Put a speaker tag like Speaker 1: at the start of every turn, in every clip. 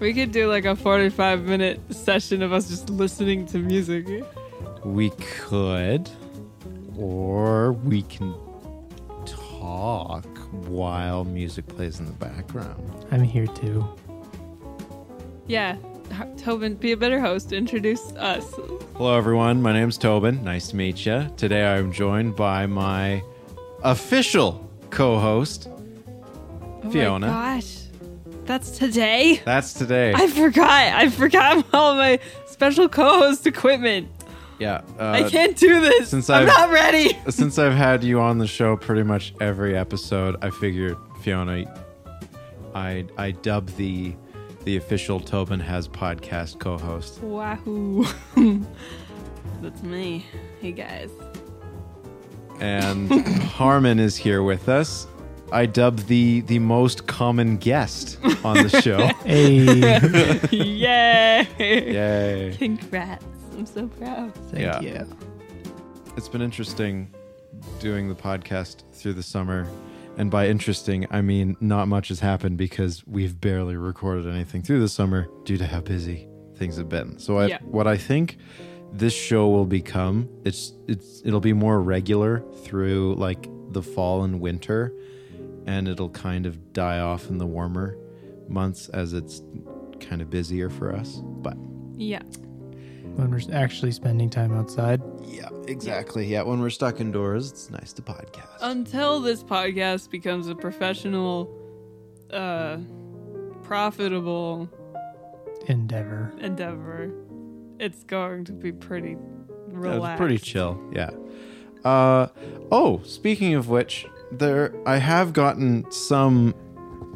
Speaker 1: We could do like a 45 minute session of us just listening to music.
Speaker 2: We could, or we can talk while music plays in the background.
Speaker 3: I'm here too.
Speaker 1: Yeah. H- Tobin, be a better host. Introduce us. Oh
Speaker 2: Hello, everyone. My name's Tobin. Nice to meet you. Today I'm joined by my official co host,
Speaker 1: Oh
Speaker 2: Fiona.
Speaker 1: My gosh. That's today?
Speaker 2: That's today.
Speaker 1: I forgot. I forgot all my special co host equipment.
Speaker 2: yeah. Uh,
Speaker 1: I can't do this.
Speaker 2: since
Speaker 1: I'm
Speaker 2: I've-
Speaker 1: not ready.
Speaker 2: since I've had you on the show pretty much every episode, I figured Fiona, I I dub the the official Tobin has podcast co-host.
Speaker 1: Wahoo. That's me. Hey guys.
Speaker 2: and Harmon is here with us. I dub the the most common guest on the show.
Speaker 3: Hey, thank
Speaker 1: Yay.
Speaker 2: Yay!
Speaker 1: Congrats. I'm so proud.
Speaker 2: Yeah.
Speaker 3: you.
Speaker 2: It's been interesting doing the podcast through the summer, and by interesting, I mean not much has happened because we've barely recorded anything through the summer due to how busy things have been. So I,
Speaker 1: Yeah.
Speaker 2: what I think this show will become it's it's it'll be more regular through like the fall and winter and it'll kind of die off in the warmer months as it's kind of busier for us. But
Speaker 1: Yeah.
Speaker 3: When we're actually spending time outside.
Speaker 2: yeah, exactly. Yeah, when we're stuck indoors, it's nice to podcast.
Speaker 1: Until this podcast becomes a professional, uh, profitable
Speaker 3: Endeavor.
Speaker 1: endeavor, it's going to be pretty
Speaker 2: That was
Speaker 1: relaxed.
Speaker 2: pretty chill. Yeah. Uh, oh, speaking of which, there I have gotten some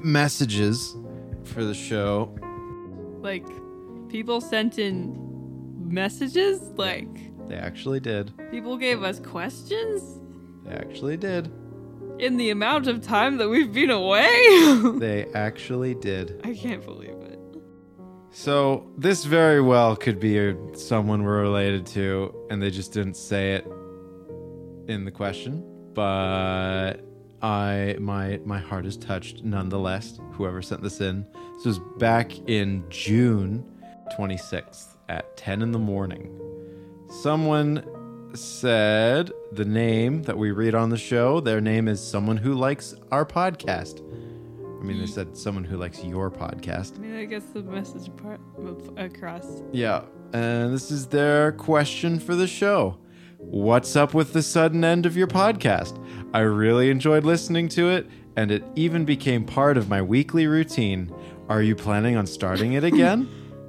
Speaker 2: messages for the show.
Speaker 1: Like, people sent in messages. Like,
Speaker 2: They actually did.
Speaker 1: people gave us questions
Speaker 2: They actually did.
Speaker 1: in the amount of time that we've been away.
Speaker 2: They actually did.
Speaker 1: I can't believe it.
Speaker 2: So this very well could be a, someone we're related to, and they just didn't say it in the question. But I, my, my heart is touched nonetheless. Whoever sent this in, this was back in June 26th at 10 in the morning. Someone said the name that we read on the show. Their name is someone who likes our podcast. I mean, they said someone who likes your podcast.
Speaker 1: I mean, I guess the message part across.
Speaker 2: Yeah, and this is their question for the show. What's up with the sudden end of your podcast? I really enjoyed listening to it, and it even became part of my weekly routine. Are you planning on starting it again?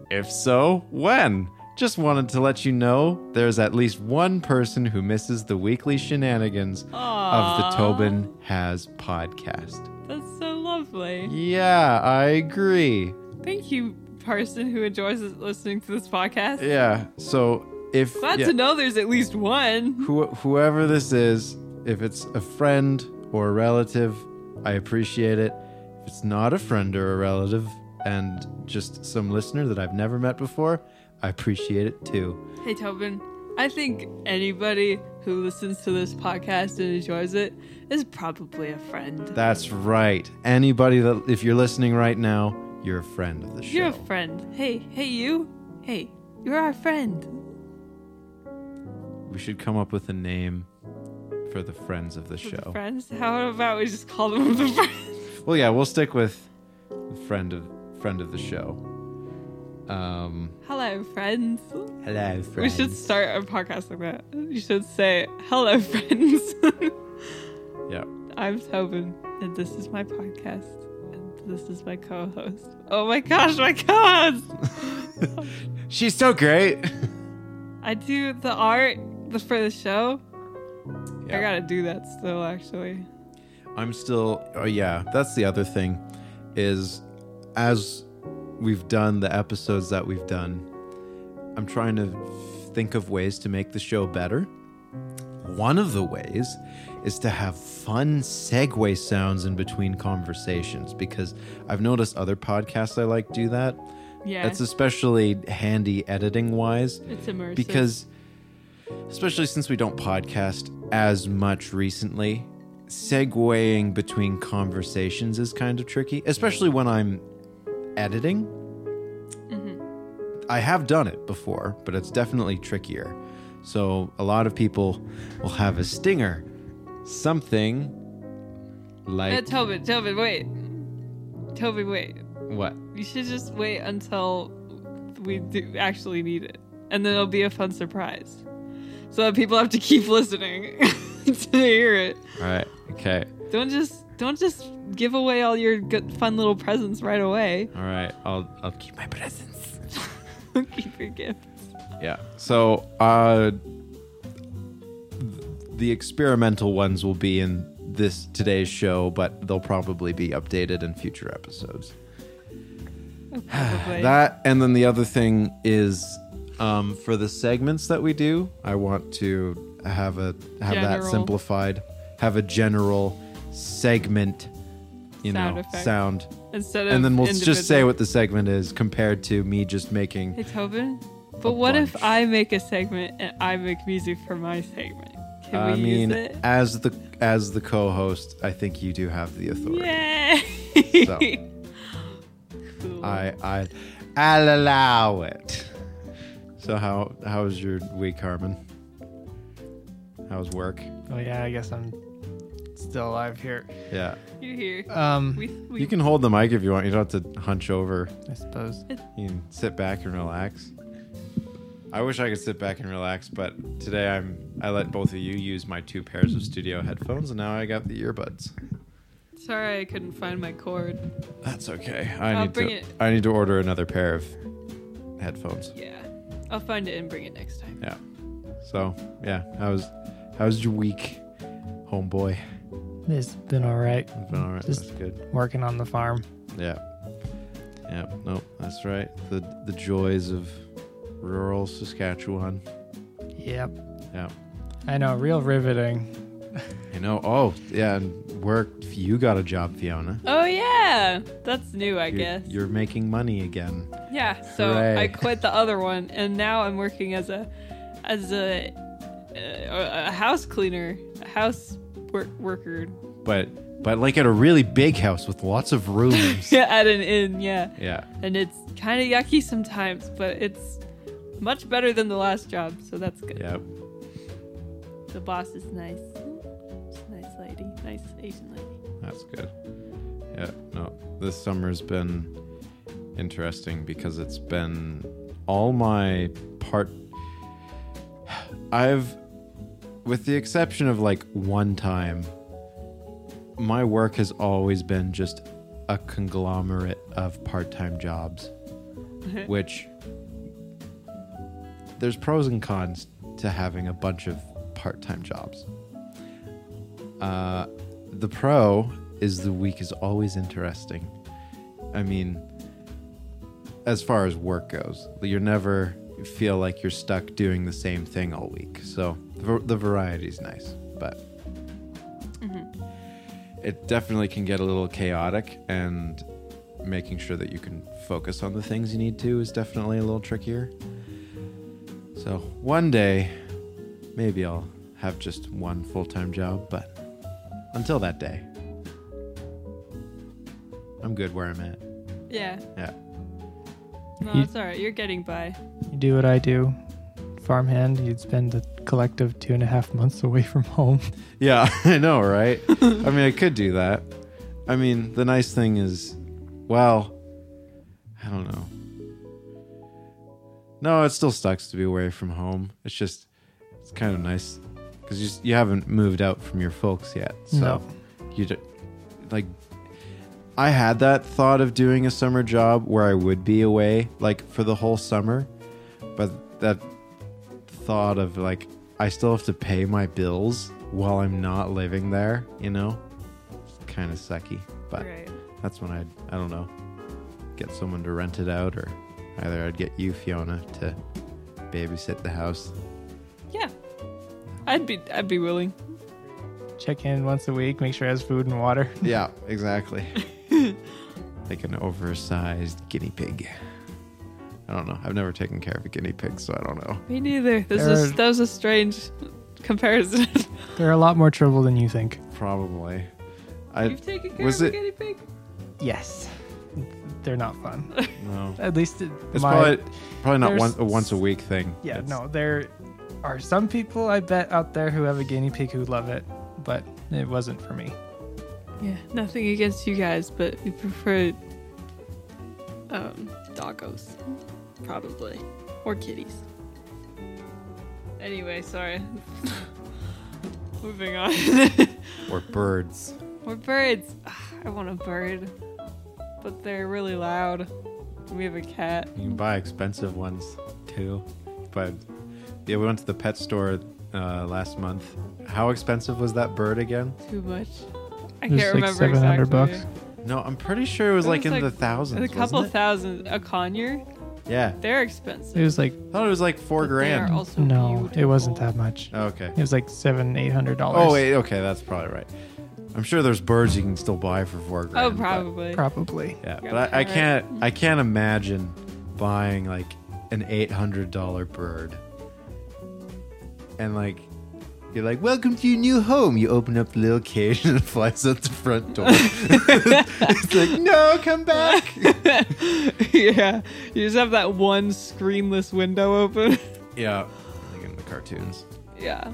Speaker 2: if so, when? Just wanted to let you know there's at least one person who misses the weekly shenanigans of
Speaker 1: Aw.
Speaker 2: the Tobin Has podcast.
Speaker 1: That's so lovely.
Speaker 2: Yeah, I agree.
Speaker 1: Thank you, person who enjoys listening to this podcast.
Speaker 2: Yeah, so if
Speaker 1: Glad
Speaker 2: yeah.
Speaker 1: to know there's at least one.
Speaker 2: Who, whoever this is, if it's a friend or a relative, I appreciate it. If it's not a friend or a relative, and just some listener that I've never met before, I appreciate it too.
Speaker 1: Hey, Tobin, I think anybody who listens to this podcast and enjoys it is probably a friend.
Speaker 2: That's right. Anybody that, if you're listening right now, you're a friend of the show.
Speaker 1: You're a friend. Hey, hey, you. Hey, you're our friend.
Speaker 2: we should come up with a name for the friends of the
Speaker 1: For the
Speaker 2: show.
Speaker 1: Friends? How about we just call them the friends?
Speaker 2: Well, yeah, we'll stick with friend of friend of the show. Um,
Speaker 1: Hello, friends.
Speaker 2: hello, friends.
Speaker 1: We should start a podcast like that. You should say, hello, friends.
Speaker 2: Yeah.
Speaker 1: I'm Tobin, and this is my podcast. And this is my co host. Oh my gosh, my co host!
Speaker 2: She's so great.
Speaker 1: I do the art the, for the show. I
Speaker 2: Yeah.
Speaker 1: gotta do that still, actually.
Speaker 2: I'm still. Oh yeah, that's the other thing, is as we've done the episodes that we've done, I'm trying to think of ways to make the show better. One of the ways is to have fun segue sounds in between conversations because I've noticed other podcasts I like do that.
Speaker 1: Yeah,
Speaker 2: That's especially handy editing wise
Speaker 1: it's immersive.
Speaker 2: because especially since we don't podcast as much recently segueing between conversations is kind of tricky especially when i'm editing I have done it before, but it's definitely trickier. So a lot of people will have a stinger, something
Speaker 1: Uh,
Speaker 2: like
Speaker 1: Tobin, Tobin, wait. Tobin, wait.
Speaker 2: what?
Speaker 1: You should just wait until we do actually need it. And then it'll be a fun surprise. So that people have to keep listening to hear it.
Speaker 2: All right, okay,
Speaker 1: Don't just don't just give away all your good, fun little presents right away.
Speaker 2: all right. I'll I'll keep my presents.
Speaker 1: keep your gift.
Speaker 2: Yeah. So uh, th- the experimental ones will be in this today's show, but they'll probably be updated in future episodes.
Speaker 1: Probably.
Speaker 2: That and then the other thing is um, for the segments that we do, I want to have a have that
Speaker 1: General.
Speaker 2: simplified, have a general segment, you
Speaker 1: Sound
Speaker 2: know,
Speaker 1: effect.
Speaker 2: sound,
Speaker 1: Instead of
Speaker 2: and then we'll just say
Speaker 1: individual-
Speaker 2: what the segment is compared to me just making.
Speaker 1: Hey Tobin, but
Speaker 2: A
Speaker 1: what if
Speaker 2: bunch.
Speaker 1: I make a segment and I make music for my segment? Can
Speaker 2: I
Speaker 1: we
Speaker 2: mean,
Speaker 1: use it?
Speaker 2: as the as the co-host, I think you do have the authority.
Speaker 1: Yay!
Speaker 2: So.
Speaker 1: Cool.
Speaker 2: I I I'll allow it. So how how was your week, Harmon? How's work?
Speaker 3: Oh yeah, I guess I'm still alive here.
Speaker 2: Yeah.
Speaker 1: You're here.
Speaker 3: Um,
Speaker 1: We, we,
Speaker 2: You can hold the mic if you want. You don't have to hunch over.
Speaker 3: I suppose.
Speaker 2: You can sit back and relax. I wish I could sit back and relax, but today I'm I let both of you use my two pairs of studio headphones and now I got the earbuds.
Speaker 1: Sorry, I couldn't find my cord.
Speaker 2: That's okay. I
Speaker 1: I'll
Speaker 2: need
Speaker 1: bring
Speaker 2: to
Speaker 1: it.
Speaker 2: I need to order another pair of headphones.
Speaker 1: Yeah, I'll find it and bring it next time.
Speaker 2: Yeah. So, yeah, how's how's your week, homeboy?
Speaker 3: It's been all right.
Speaker 2: It's been all right.
Speaker 3: Just-
Speaker 2: that's good.
Speaker 3: Working on the farm.
Speaker 2: Yeah. Yeah. Nope. That's right. The the joys of rural Saskatchewan.
Speaker 3: Yep.
Speaker 2: Yeah.
Speaker 3: I know, real riveting.
Speaker 2: You know. Oh, yeah. And work. You got a job, Fiona.
Speaker 1: Oh yeah, that's new, I
Speaker 2: You're-
Speaker 1: guess.
Speaker 2: You're making money again.
Speaker 1: yeah, so
Speaker 2: Hooray.
Speaker 1: I quit the other one, and now I'm working as a as a uh, a, a house cleaner, a house work, worker
Speaker 2: But but like at a really big house with lots of rooms.
Speaker 1: at an inn. Yeah.
Speaker 2: yeah.
Speaker 1: and it's kind of yucky sometimes, but it's much better than the last job, so that's good.
Speaker 2: Yep.
Speaker 1: The boss is nice. She's a nice lady, nice Asian lady.
Speaker 2: That's good. Yeah, no, this summer's been interesting because it's been all my part. I've, with the exception of like one time, my work has always been just a conglomerate of part time jobs, which there's pros and cons to having a bunch of part time jobs. Uh, the pro is the week is always interesting. I mean, as far as work goes, you're never feel like you're stuck doing the same thing all week. So the, var- the variety is nice, but it definitely can get a little chaotic and making sure that you can focus on the things you need to is definitely a little trickier. So one day, maybe I'll have just one full time job, but until that day, I'm good where I'm at.
Speaker 1: Yeah,
Speaker 2: Yeah.
Speaker 1: no,
Speaker 3: You-
Speaker 1: it's alright. You're getting by.
Speaker 3: You do what I do. Farmhand, you'd spend a collective two and a half months away from home.
Speaker 2: Yeah, I know, right? I mean, I could do that. I mean, the nice thing is, well, I don't know. No, it still sucks to be away from home. It's just, it's kind of nice because you, s- you haven't moved out from your folks yet. So
Speaker 3: No.
Speaker 2: you d- like, I had that thought of doing a summer job where I would be away like for the whole summer, but that thought of like I still have to pay my bills while I'm not living there, you know? It's kind of sucky, but
Speaker 1: right.
Speaker 2: that's when I'd I don't know get someone to rent it out or either I'd get you Fiona to babysit the house.
Speaker 1: Yeah, I'd be I'd be willing.
Speaker 3: Check in once a week, make sure it has food and water.
Speaker 2: Yeah, exactly. like an oversized guinea pig. I don't know. I've never taken care of a guinea pig, so I don't know.
Speaker 1: Me neither. This
Speaker 3: There-
Speaker 1: is that was a strange comparison.
Speaker 3: They're a lot more trouble than you think.
Speaker 2: Probably. I
Speaker 1: You've taken care
Speaker 2: was
Speaker 1: of a
Speaker 2: it-
Speaker 1: guinea pig.
Speaker 3: Yes. they're not fun.
Speaker 2: No.
Speaker 3: At least it,
Speaker 2: It's
Speaker 3: my-
Speaker 2: probably probably not one,
Speaker 3: there's-
Speaker 2: a once a week thing.
Speaker 3: yeah.
Speaker 2: It's-
Speaker 3: No, there are some people I bet out there who have a guinea pig who love it, but it wasn't for me.
Speaker 1: Yeah, nothing against you guys, but we prefer um, doggos, probably, or kitties. Anyway, sorry. Moving on.
Speaker 2: Or birds.
Speaker 1: or birds. Ugh, I want a bird, but they're really loud. We have a cat.
Speaker 2: You can buy expensive ones too. But yeah, we went to the pet store uh, last month. How expensive was that bird again?
Speaker 1: Too much. I can't
Speaker 3: It's like
Speaker 1: remember
Speaker 3: 700
Speaker 1: exactly.
Speaker 3: bucks.
Speaker 2: No, I'm pretty sure it was,
Speaker 1: It
Speaker 2: like
Speaker 1: was,
Speaker 2: in
Speaker 1: like,
Speaker 2: the thousands.
Speaker 1: A couple
Speaker 2: wasn't
Speaker 1: thousand. A conure.
Speaker 2: it? Yeah.
Speaker 1: They're
Speaker 3: It
Speaker 1: expensive.
Speaker 3: was like
Speaker 2: I thought it was like four
Speaker 1: but they are
Speaker 2: grand. Oh,
Speaker 1: also
Speaker 3: no, it wasn't
Speaker 1: beautiful.
Speaker 3: that much.
Speaker 2: okay.
Speaker 3: It was like seven, eight hundred dollars.
Speaker 2: Oh wait, okay, that's probably right. I'm sure there's birds you can still buy for four grand.
Speaker 1: Oh,
Speaker 2: but-
Speaker 1: probably.
Speaker 3: probably.
Speaker 2: Yeah,
Speaker 1: Yeah,
Speaker 2: but I, I
Speaker 1: parrot.
Speaker 2: can't. I can't imagine buying like an eight hundred dollar bird, and like you're like, "Welcome to your new home." You open up the little cage and it flies out the front door. it's like, "No, come back!"
Speaker 1: yeah, you just have that one screenless window open.
Speaker 2: yeah, like in the cartoons.
Speaker 1: yeah.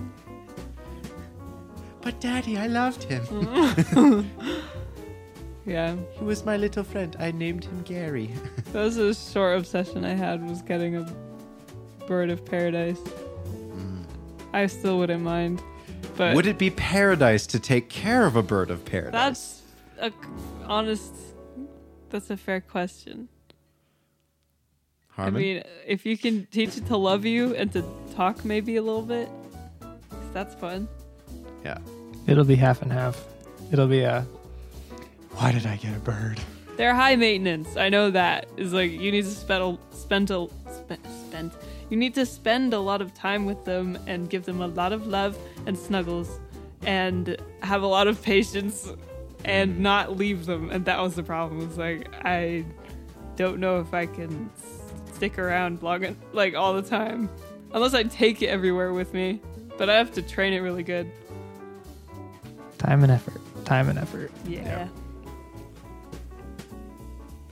Speaker 2: But Daddy, I loved him.
Speaker 1: Yeah.
Speaker 2: He was my little friend. I named him Gary.
Speaker 1: That was a short obsession I had was getting a bird of paradise. I still wouldn't mind. But
Speaker 2: Would it be paradise to take care of a bird of paradise?
Speaker 1: that's a c- honest that's a fair question.
Speaker 2: Harmon?
Speaker 1: I mean, if you can teach it to love you and to talk maybe a little bit, 'cause that's fun.
Speaker 2: yeah.
Speaker 3: It'll be half and half. It'll be a. Why did I get a bird?
Speaker 1: They're high maintenance. I know that is like you need to spend a, spend a spend, spend you need to spend a lot of time with them and give them a lot of love and snuggles and have a lot of patience and not leave them. And that was the problem. It's like I don't know if I can s- stick around long en- like all the time unless I take it everywhere with me. But I have to train it really good.
Speaker 3: Time and effort. Time and effort.
Speaker 1: Yeah.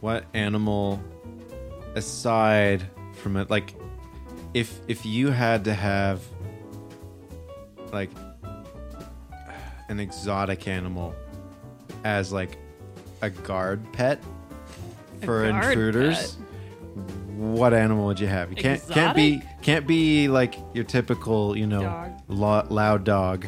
Speaker 2: what animal aside from it like if if you had to have like an exotic animal as like a guard pet
Speaker 1: A
Speaker 2: for
Speaker 1: guard
Speaker 2: intruders what animal would you have you can't can't be
Speaker 1: Exotic?
Speaker 2: can't be like your typical you know
Speaker 1: Dog.
Speaker 2: lo- loud dog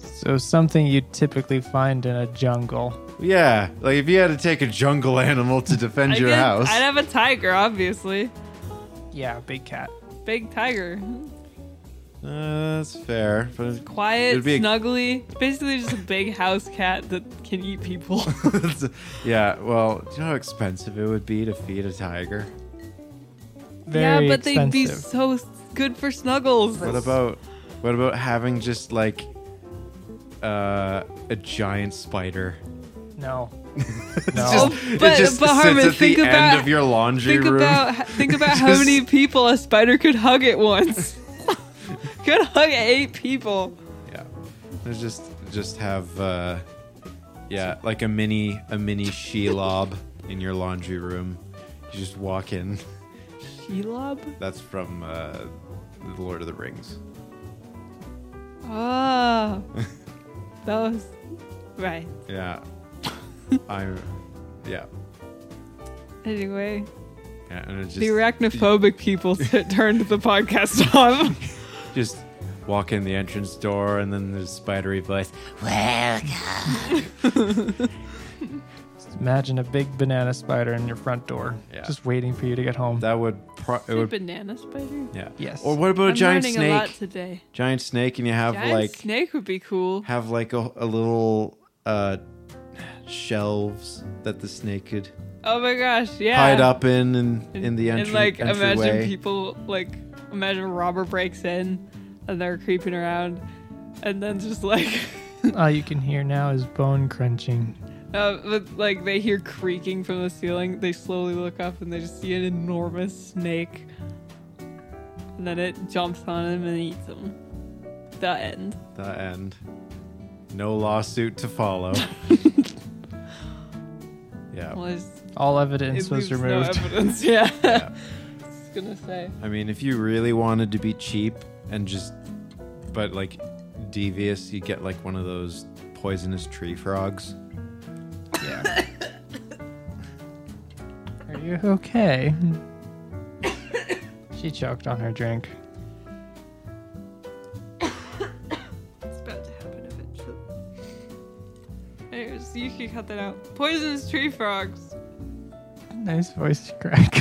Speaker 3: So something you typically find in a jungle.
Speaker 2: yeah like if you had to take a jungle animal to defend
Speaker 1: I
Speaker 2: your
Speaker 1: guess
Speaker 2: house
Speaker 1: I'd have a tiger, obviously.
Speaker 3: Yeah, big cat.
Speaker 1: Big tiger.
Speaker 2: Uh, that's fair but
Speaker 1: Quiet,
Speaker 2: It'd be a-
Speaker 1: snuggly. It's basically just a big house cat that can eat people.
Speaker 2: yeah, well, do you know how expensive it would be to feed a tiger?
Speaker 3: Very
Speaker 1: yeah, but they'd
Speaker 3: expensive.
Speaker 1: be so s- good for snuggles.
Speaker 2: What about what about having just like uh, a giant spider?
Speaker 3: no.
Speaker 2: It's
Speaker 3: No.
Speaker 2: just,
Speaker 1: Oh,
Speaker 2: it
Speaker 1: but-
Speaker 2: just
Speaker 1: but
Speaker 2: sits
Speaker 1: Harmon,
Speaker 2: at the
Speaker 1: think
Speaker 2: end
Speaker 1: about-
Speaker 2: of your laundry
Speaker 1: think
Speaker 2: room.
Speaker 1: about think about how
Speaker 2: Just-
Speaker 1: many people a spider could hug at once. could hug eight people.
Speaker 2: yeah, There's just just have uh, yeah, like a mini a mini she lob in your laundry room. You just walk in.
Speaker 1: Shelob?
Speaker 2: That's from uh, the Lord of the Rings.
Speaker 1: Ah, that was right.
Speaker 2: Yeah, I'm yeah.
Speaker 1: Anyway,
Speaker 2: Yeah, and it just,
Speaker 1: the arachnophobic people t- turned the podcast off.
Speaker 2: just walk in the entrance door and then there's spidery voice
Speaker 1: Oh.
Speaker 3: Just imagine a big banana spider in your front door,
Speaker 2: Yeah.
Speaker 3: just waiting for you to get home.
Speaker 2: that would pro- it would
Speaker 1: banana spider.
Speaker 2: yeah
Speaker 3: Yes.
Speaker 2: or what about a
Speaker 1: I'm
Speaker 2: giant
Speaker 1: learning a lot
Speaker 2: snake
Speaker 1: today.
Speaker 2: giant snake and you have
Speaker 1: Giant
Speaker 2: like
Speaker 1: snake would be cool.
Speaker 2: have like a, a little uh shelves that the snake could
Speaker 1: Oh my gosh, yeah.
Speaker 2: hide up in and in the entry
Speaker 1: and like
Speaker 2: entryway.
Speaker 1: imagine people like imagine a robber breaks in and they're creeping around and then just like
Speaker 3: All you can hear now is bone crunching.
Speaker 1: uh, but like they hear creaking from the ceiling, they slowly look up and they just see an enormous snake. And then it jumps on him and eats him. The end.
Speaker 2: the end no lawsuit to follow Yeah.
Speaker 1: Well, it's-
Speaker 3: All
Speaker 1: it
Speaker 3: evidence was
Speaker 1: leaves no
Speaker 3: removed.
Speaker 1: evidence. Yeah.
Speaker 2: Yeah.
Speaker 1: I was gonna say.
Speaker 2: I mean, if you really wanted to be cheap and just, but like devious, you get like one of those poisonous tree frogs.
Speaker 3: yeah. Are you okay? she choked on her drink.
Speaker 1: It's about to happen eventually. Anyways, you can cut that out. Poisonous tree frogs.
Speaker 3: Nice voice crack.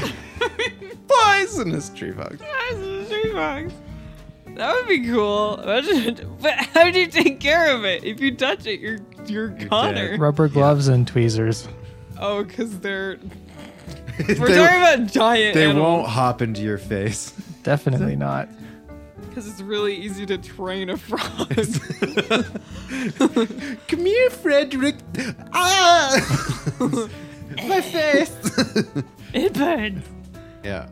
Speaker 2: Poisonous tree frogs.
Speaker 1: Poisonous tree frogs. That would be cool. Imagine, but how do you take care of it? If you touch it, you're you're
Speaker 2: You're
Speaker 1: Connor.
Speaker 2: dead.
Speaker 3: Rubber gloves and tweezers.
Speaker 1: Oh, because they're
Speaker 2: they
Speaker 1: we're talking about giant.
Speaker 2: they won't hop into your face.
Speaker 3: Definitely not.
Speaker 1: because it's really easy to train a frog.
Speaker 2: Come here, Frederick. Ah! My face.
Speaker 1: it burns.
Speaker 2: yeah.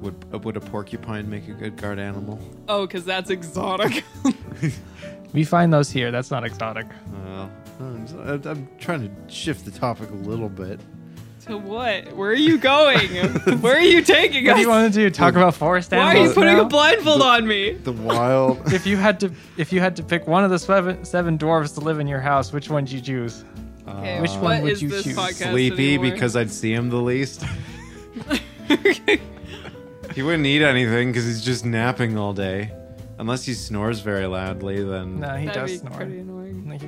Speaker 2: Would uh, would a porcupine make a good guard animal?
Speaker 1: Oh, because that's exotic.
Speaker 3: We find those here. That's not exotic.
Speaker 2: Uh, I'm, I'm trying to shift the topic a little bit.
Speaker 1: to what? Where are you going? Where are you taking
Speaker 3: What
Speaker 1: us?
Speaker 3: do you want to do? Talk about forest
Speaker 1: Why
Speaker 3: animals?
Speaker 1: are you putting
Speaker 3: now?
Speaker 1: a blindfold on me?
Speaker 2: The wild.
Speaker 3: if you had to, if you had to pick one of the seven, seven dwarves to live in your house, which one do you choose?
Speaker 1: Okay,
Speaker 3: Which one
Speaker 1: what
Speaker 3: would
Speaker 1: is
Speaker 3: you
Speaker 1: this
Speaker 3: choose?
Speaker 1: podcast
Speaker 2: uh, sleepy
Speaker 1: anymore?
Speaker 2: because I'd see him the least. He wouldn't eat anything because he's just napping all day. Unless he snores very loudly, then
Speaker 3: No, he
Speaker 1: That'd
Speaker 3: does
Speaker 1: be
Speaker 3: snore.
Speaker 1: pretty annoying.
Speaker 3: Like,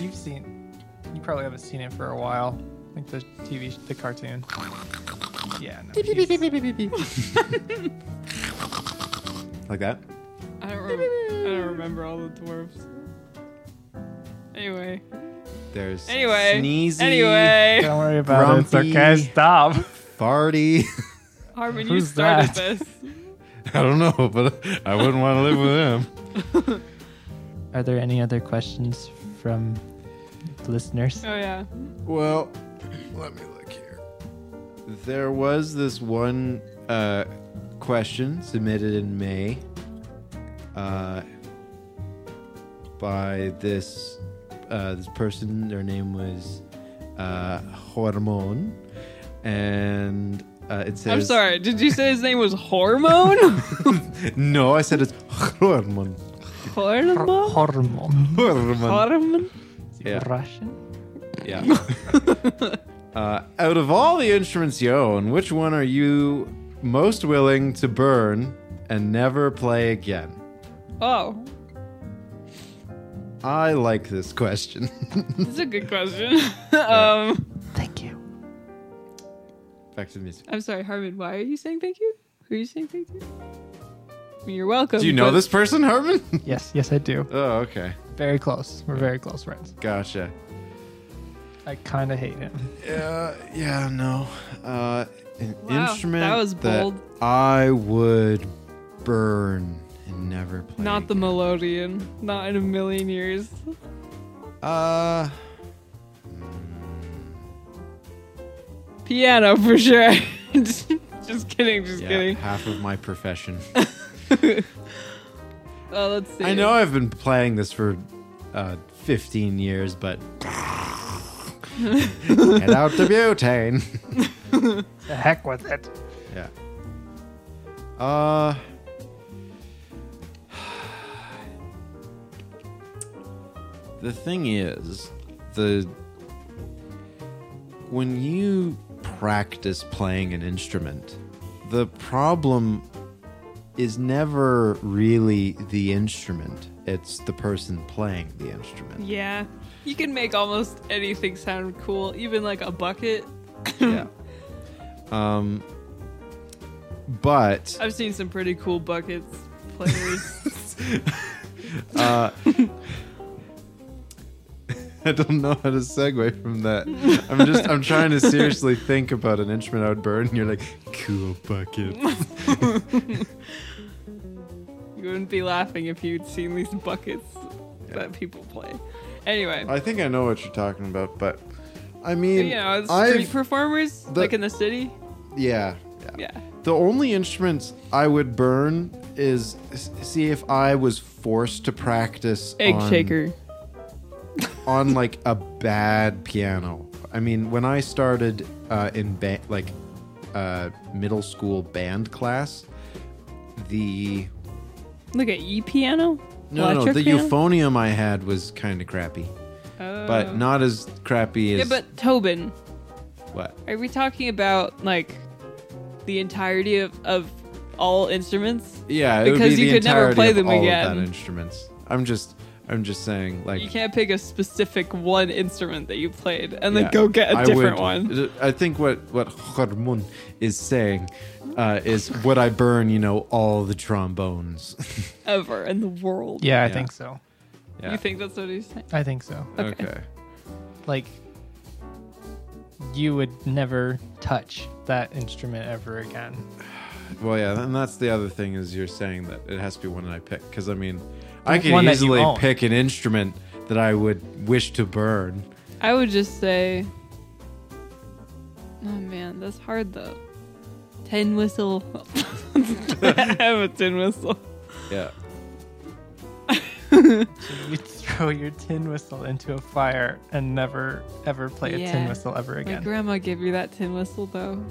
Speaker 3: you've seen, you probably haven't seen it for a while, like the TV, sh- the cartoon. Yeah. No, he's-
Speaker 2: like that.
Speaker 1: I don't, rem- I don't remember all the dwarves. Anyway.
Speaker 2: There's
Speaker 1: Anyway.
Speaker 2: sneezy,
Speaker 1: Anyway.
Speaker 3: don't worry about it. It's okay.
Speaker 2: Grumpy.
Speaker 3: Stop.
Speaker 2: farty.
Speaker 1: Harmon, you
Speaker 3: Who's
Speaker 1: started
Speaker 3: that?
Speaker 1: this.
Speaker 2: I don't know, but I wouldn't want to live with him.
Speaker 3: Are there any other questions from listeners?
Speaker 1: Oh, yeah.
Speaker 2: Well, let me look here. There was this one uh, question submitted in May uh, by this uh, this person. Their name was uh, Hormon, and uh, it says.
Speaker 1: I'm sorry. Did you say his name was Hormone?
Speaker 2: No, I said it's Hormon.
Speaker 1: Hormone?
Speaker 3: Hormone.
Speaker 2: Hormon.
Speaker 1: Hormone?
Speaker 2: Yeah.
Speaker 3: Russian.
Speaker 2: Yeah. uh, out of all the instruments you own, which one are you most willing to burn and never play again?
Speaker 1: Oh,
Speaker 2: I like this question.
Speaker 1: that's a good question.
Speaker 2: Yeah.
Speaker 1: um,
Speaker 3: Thank you.
Speaker 2: Back to the music.
Speaker 1: I'm sorry, Harmon. Why are you saying thank you? Who are you saying thank you? I mean, You're welcome.
Speaker 2: Do you know
Speaker 1: but-
Speaker 2: this person, Herman?
Speaker 3: Yes, yes, I do.
Speaker 2: oh, okay.
Speaker 3: Very close. We're very close friends.
Speaker 2: Gotcha.
Speaker 3: I kind of hate him.
Speaker 2: Yeah, yeah, no. Uh, an
Speaker 1: Wow,
Speaker 2: instrument
Speaker 1: that was bold.
Speaker 2: I would burn and never play.
Speaker 1: Not the melodeon. Not in a million years.
Speaker 2: the. Uh,
Speaker 1: Piano for sure. just just kidding. Just
Speaker 2: yeah,
Speaker 1: kidding.
Speaker 2: half of my profession.
Speaker 1: Oh, let's see.
Speaker 2: I know I've been playing this for uh, 15 years, but. Get out the butane.
Speaker 3: The heck with it.
Speaker 2: yeah. Uh. The thing is, the. When you practice playing an instrument, the problem is never really the instrument, it's the person playing the instrument.
Speaker 1: Yeah, you can make almost anything sound cool, even like a bucket.
Speaker 2: yeah. Um, but
Speaker 1: I've seen some pretty cool buckets players.
Speaker 2: uh, I don't know how to segue from that. I'm just I'm trying to seriously think about an instrument I would burn. And you're like, cool bucket.
Speaker 1: you wouldn't be laughing if you'd seen these buckets that people play. Anyway,
Speaker 2: I think I know what you're talking about, but I mean,
Speaker 1: you know, street
Speaker 2: I've-
Speaker 1: performers
Speaker 2: the-
Speaker 1: like in the city.
Speaker 2: yeah, yeah.
Speaker 1: Yeah.
Speaker 2: The only instruments I would burn is s- see if I was forced to practice
Speaker 1: Egg
Speaker 2: on-
Speaker 1: shaker.
Speaker 2: on like a bad piano. I mean, when I started uh, in ba- like uh, middle school band class, the
Speaker 1: Look at e piano.
Speaker 2: no, no,
Speaker 1: Electric
Speaker 2: the
Speaker 1: piano?
Speaker 2: euphonium I had was kind of crappy,
Speaker 1: Oh.
Speaker 2: but not as crappy as
Speaker 1: Yeah, but Tobin,
Speaker 2: what?
Speaker 1: are we talking about like the entirety of, of all instruments?
Speaker 2: Yeah, it would
Speaker 1: Because
Speaker 2: be
Speaker 1: you
Speaker 2: the
Speaker 1: could never
Speaker 2: entirety
Speaker 1: play
Speaker 2: of
Speaker 1: them
Speaker 2: all of
Speaker 1: again.
Speaker 2: that instruments. I'm just, I'm just saying, like
Speaker 1: You can't pick a specific one instrument that you played and
Speaker 2: Yeah.
Speaker 1: then go get
Speaker 2: I
Speaker 1: a different
Speaker 2: would-
Speaker 1: one.
Speaker 2: I think what what Hormun is saying uh, is would I burn you know all the trombones?
Speaker 1: ever in the world.
Speaker 3: Yeah, I
Speaker 2: Yeah.
Speaker 3: think so.
Speaker 2: Yeah.
Speaker 1: You think that's what he's saying?
Speaker 3: I think so.
Speaker 1: Okay.
Speaker 3: Like, you would never touch that instrument ever again.
Speaker 2: Well, yeah, and that's the other thing is you're saying that it has to be one that I pick because I mean, I could
Speaker 3: One that you
Speaker 2: easily
Speaker 3: own.
Speaker 2: pick an instrument that I would wish to burn.
Speaker 1: I would just say, oh man, that's hard though. Tin whistle. I have a tin whistle.
Speaker 2: Yeah.
Speaker 3: So you throw your tin whistle into a fire and never ever play a tin
Speaker 1: Yeah.
Speaker 3: whistle ever
Speaker 1: My
Speaker 3: again.
Speaker 1: grandma gave me that tin whistle though.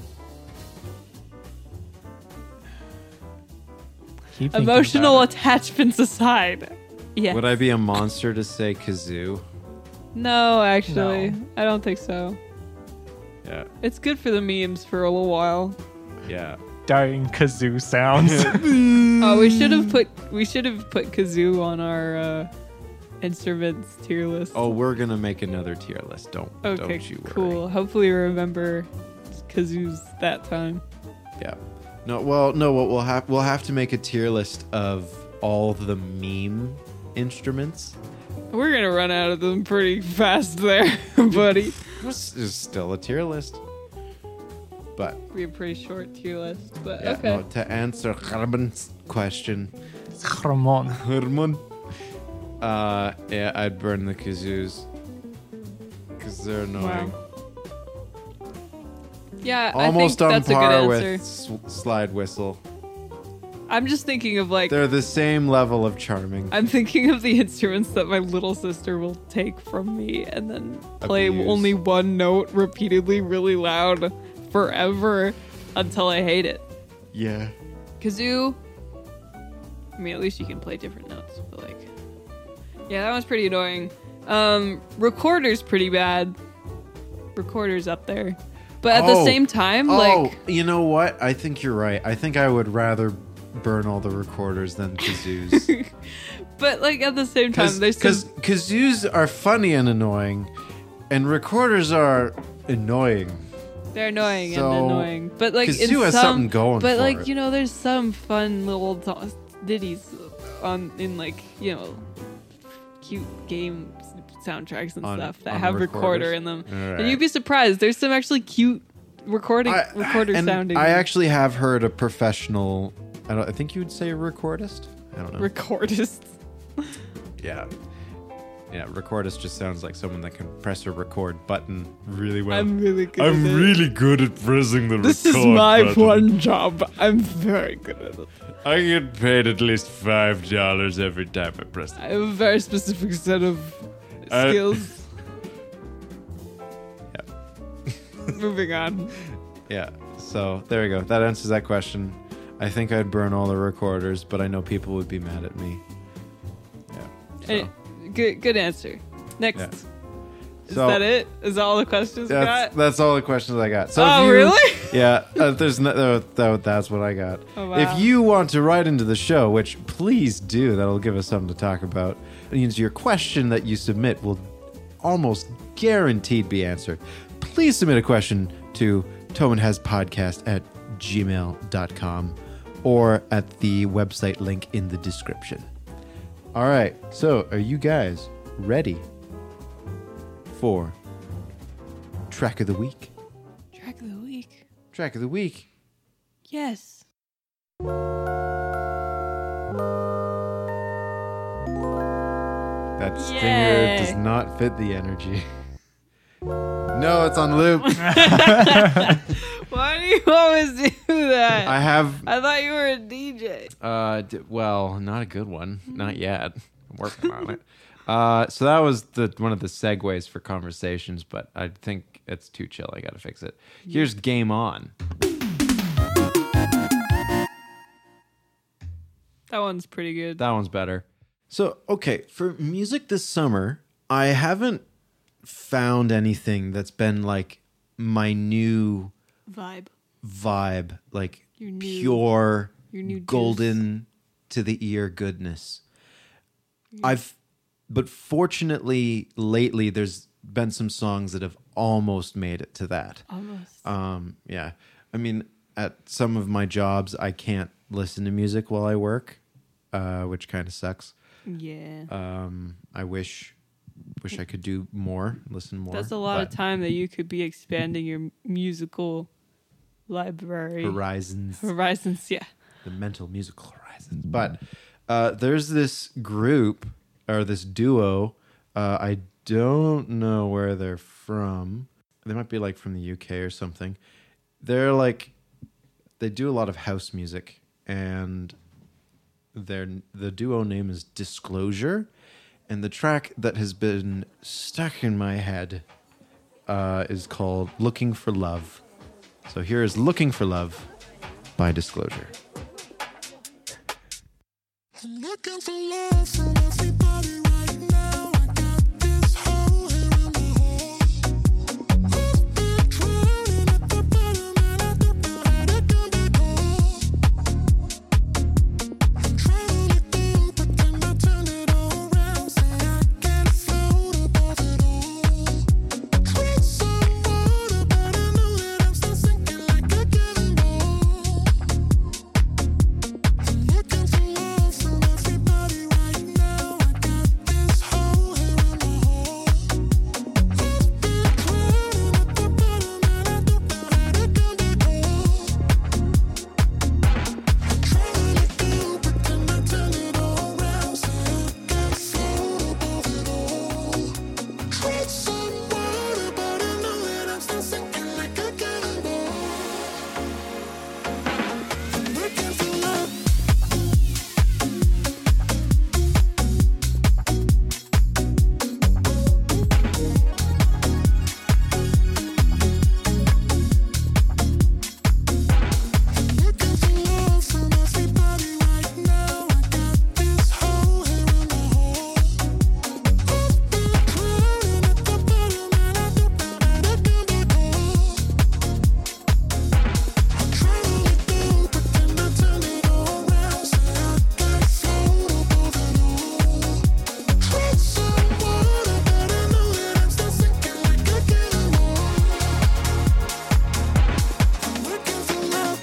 Speaker 3: Keep thinking
Speaker 1: Emotional
Speaker 3: about it.
Speaker 1: attachments aside. Yeah.
Speaker 2: Would I be a monster to say kazoo?
Speaker 1: No, actually,
Speaker 3: No.
Speaker 1: I don't think so.
Speaker 2: Yeah.
Speaker 1: It's good for the memes for a little while.
Speaker 2: Yeah.
Speaker 3: dying kazoo sounds.
Speaker 1: Oh, we should have put we should have put kazoo on our uh, instruments tier list.
Speaker 2: Oh, we're gonna make another tier list. Don't
Speaker 1: okay,
Speaker 2: don't you worry.
Speaker 1: cool. Hopefully, we remember kazoos that time.
Speaker 2: Yeah. No. Well, no. What we'll have we'll have to make a tier list of all the meme instruments.
Speaker 1: We're gonna run out of them pretty fast, there, buddy.
Speaker 2: This is still a tier list. But
Speaker 1: We have a pretty short tier list, but
Speaker 2: yeah,
Speaker 1: okay.
Speaker 2: no, to answer Herman's question,
Speaker 3: Ramon.
Speaker 2: Herman, uh, yeah, I'd burn the kazoos because they're annoying.
Speaker 1: Wow. Yeah,
Speaker 2: Almost
Speaker 1: I
Speaker 2: on
Speaker 1: think that's a
Speaker 2: par
Speaker 1: good
Speaker 2: with
Speaker 1: answer.
Speaker 2: s- slide whistle.
Speaker 1: I'm just thinking of like
Speaker 2: They're the same level of charming.
Speaker 1: I'm thinking of the instruments that my little sister will take from me and then play
Speaker 2: Abuse.
Speaker 1: only one note repeatedly, really loud, forever until I hate it.
Speaker 2: yeah.
Speaker 1: Kazoo. I mean, at least you can play different notes, but like, yeah, that one's pretty annoying. Um, recorder's pretty bad. Recorder's up there, but at the
Speaker 2: Oh.
Speaker 1: same time,
Speaker 2: Oh,
Speaker 1: like,
Speaker 2: you know what? I think you're right. I think I would rather burn all the recorders than kazoos.
Speaker 1: but like at the same time, Um, there's some-
Speaker 2: Because kazoos are funny and annoying, and recorders are annoying.
Speaker 1: They're annoying
Speaker 2: So,
Speaker 1: and annoying, but like in
Speaker 2: Kazoo has
Speaker 1: some-
Speaker 2: something going
Speaker 1: But
Speaker 2: for
Speaker 1: like
Speaker 2: it.
Speaker 1: you know, there's some fun little do- ditties on in like you know, cute game s- soundtracks and
Speaker 2: On-
Speaker 1: stuff that
Speaker 2: on
Speaker 1: have recorder
Speaker 2: recorders?
Speaker 1: in them,
Speaker 2: Alright.
Speaker 1: and you'd be surprised. There's some actually cute recording
Speaker 2: I-
Speaker 1: recorder
Speaker 2: and
Speaker 1: sounding.
Speaker 2: I actually have heard a professional. I, don't, I think you would say recordist. I don't know.
Speaker 1: recordists.
Speaker 2: yeah. Yeah, recordist just sounds like someone that can press a record button really well.
Speaker 1: I'm really good.
Speaker 2: I'm
Speaker 1: at it.
Speaker 2: really good at pressing the
Speaker 1: This is
Speaker 2: record
Speaker 1: my
Speaker 2: button.
Speaker 1: one job. I'm very good at it.
Speaker 2: I get paid at least five dollars every time I press.
Speaker 1: I have a very specific set of
Speaker 2: I-
Speaker 1: skills. Moving on.
Speaker 2: Yeah. So there we go. That answers that question. I think I'd burn all the recorders, but I know people would be mad at me. Yeah. So,
Speaker 1: Hey, good, good answer. Next.
Speaker 2: Yeah.
Speaker 1: Is
Speaker 2: So-
Speaker 1: that it? Is that all the questions we
Speaker 2: that's
Speaker 1: got?
Speaker 2: that's all the questions I got. So if
Speaker 1: Oh,
Speaker 2: you-
Speaker 1: really?
Speaker 2: Yeah. Uh, there's no, that, that- that's what I got.
Speaker 1: Oh, wow.
Speaker 2: If you want to write into the show, which please do, that'll give us something to talk about. It means your question that you submit will almost guaranteed be answered. Please submit a question to Podcast at gmail.com or at the website link in the description. All right. So are you guys ready for track of the week?
Speaker 1: Track of the week.
Speaker 2: Track of the week
Speaker 1: Yes.
Speaker 2: That stinger
Speaker 1: Yay.
Speaker 2: does not fit the energy. No, it's on loop.
Speaker 1: Why do you always do that? I,
Speaker 2: I have
Speaker 1: thought you were a DJ.
Speaker 2: uh d- well, not a good one. Not yet. I'm working on it. Uh, so that was the one of the segues for conversations, but I think it's too chill. I gotta fix it. Here's game on.
Speaker 1: That one's pretty good.
Speaker 2: That one's better. So, okay, for music this summer, I haven't found anything that's been like my new
Speaker 1: Vibe.
Speaker 2: vibe, like
Speaker 1: Your new-
Speaker 2: pure
Speaker 1: your new juice.
Speaker 2: golden to the ear goodness. I've but fortunately lately there's been some songs that have almost made it to that.
Speaker 1: Almost.
Speaker 2: Um, yeah. I mean, at some of my jobs, I can't listen to music while I work, uh, which kind of sucks.
Speaker 1: yeah.
Speaker 2: Um, I wish, wish I could do more, listen more.
Speaker 1: That's a lot of
Speaker 2: but
Speaker 1: time that you could be expanding your musical library.
Speaker 2: Horizons,
Speaker 1: Horizons, yeah.
Speaker 2: the mental musical horizons. But uh, there's this group or this duo. Uh, I don't know where they're from. They might be like from the UK or something. They're like they do a lot of house music and their the duo name is Disclosure and the track that has been stuck in my head uh, is called Looking for Love. So here is Looking for Love by Disclosure.
Speaker 4: I'm looking for love from everybody right now. I got this hole here in my heart. I've been drowning at the bottom and I don't know how to come back home. I'm trying to think, but can I turn it all around? Say I can float above it all. Treat some water, but I know that I'm still sinking like a cannonball. I'm looking for love from everybody right now. I got this hole here in my heart. I've been drowning at the bottom and I don't know how to come back home. I'm trying to think, but can I turn it all around? So I can float above it all. Treat some water, but I know that I'm still sinking like a cannonball. I'm looking for love. Looking for love from everybody right now. I got this hole here in my heart. I've been drowning at the bottom and I don't know how to come back home. I'm trying to think, but can I turn it all around? So I can float above it all. Treat some water, but I know that I'm still sinking like a cannonball. I'm looking for love.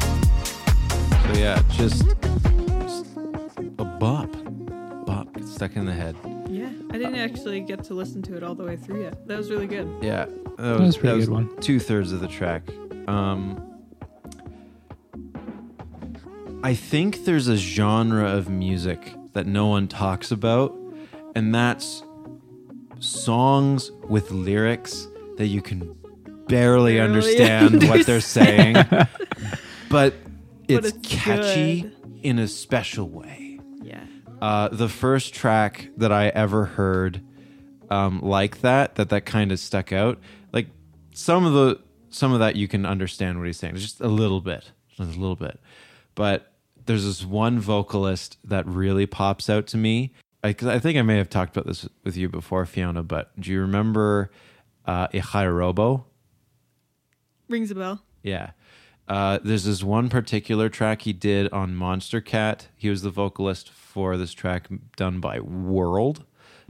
Speaker 2: So yeah, just a bop. Bop gets stuck in the head.
Speaker 1: Yeah. I didn't actually get to listen to it all the way through yet. That was really good.
Speaker 2: Yeah. That
Speaker 3: was a pretty good one.
Speaker 2: Two thirds of the track. Um I think there's a genre of music that no one talks about, and that's songs with lyrics that you can barely,
Speaker 1: Barely
Speaker 2: understand, what they're saying. but it's,
Speaker 1: it's
Speaker 2: catchy
Speaker 1: good.
Speaker 2: in a special way.
Speaker 1: Yeah.
Speaker 2: Uh, the first track that I ever heard um, like that, that that kind of stuck out. Like some of the some of that you can understand what he's saying, just a little bit, just a little bit. But there's this one vocalist that really pops out to me. I, 'cause I think I may have talked about this with you before, Fiona. But do you remember uh, Ichai Robo?
Speaker 1: Rings a bell.
Speaker 2: Yeah. Uh, there's this one particular track he did on Monster Cat. He was the vocalist for this track done by World,